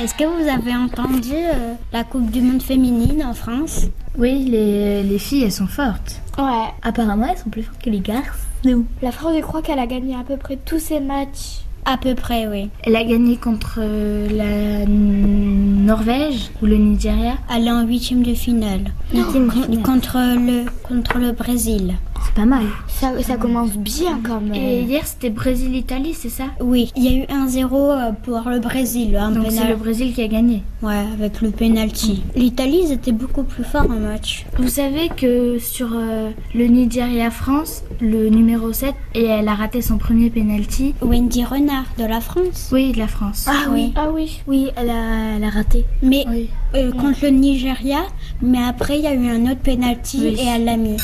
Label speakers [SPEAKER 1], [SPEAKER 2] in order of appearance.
[SPEAKER 1] Est-ce que vous avez entendu euh, la Coupe du Monde féminine en France
[SPEAKER 2] Oui, les, les filles, elles sont fortes.
[SPEAKER 3] Ouais.
[SPEAKER 2] Apparemment, elles sont plus fortes que les garçons.
[SPEAKER 3] La France, je crois qu'elle a gagné à peu près tous ses matchs.
[SPEAKER 1] À peu près, oui.
[SPEAKER 2] Elle a gagné contre euh, la N- Norvège ou le Nigeria.
[SPEAKER 1] Elle est en huitième de finale.
[SPEAKER 2] Huitième de
[SPEAKER 1] Con-
[SPEAKER 2] finale.
[SPEAKER 1] Contre le, contre le Brésil.
[SPEAKER 2] C'est pas mal.
[SPEAKER 3] Ça, ça commence bien quand même.
[SPEAKER 2] Et hier, c'était Brésil-Italie, c'est ça
[SPEAKER 1] Oui, il y a eu 1-0 euh, pour le Brésil. Un
[SPEAKER 2] Donc c'est
[SPEAKER 1] pénal-
[SPEAKER 2] le Brésil qui a gagné.
[SPEAKER 1] Ouais, avec le penalty. L'Italie, ils étaient beaucoup plus forts en match.
[SPEAKER 2] Vous savez que sur euh, le Nigeria-France, le numéro 7, et elle a raté son premier penalty.
[SPEAKER 1] Wendy Renard de la France.
[SPEAKER 2] Oui, de la France.
[SPEAKER 3] Ah
[SPEAKER 1] oui.
[SPEAKER 3] oui. Ah oui.
[SPEAKER 2] Oui, elle a, elle a raté.
[SPEAKER 1] Mais
[SPEAKER 2] Oui.
[SPEAKER 1] euh, contre le Nigeria, mais après il y a eu un autre penalty
[SPEAKER 2] Oui.
[SPEAKER 1] et elle l'a mis.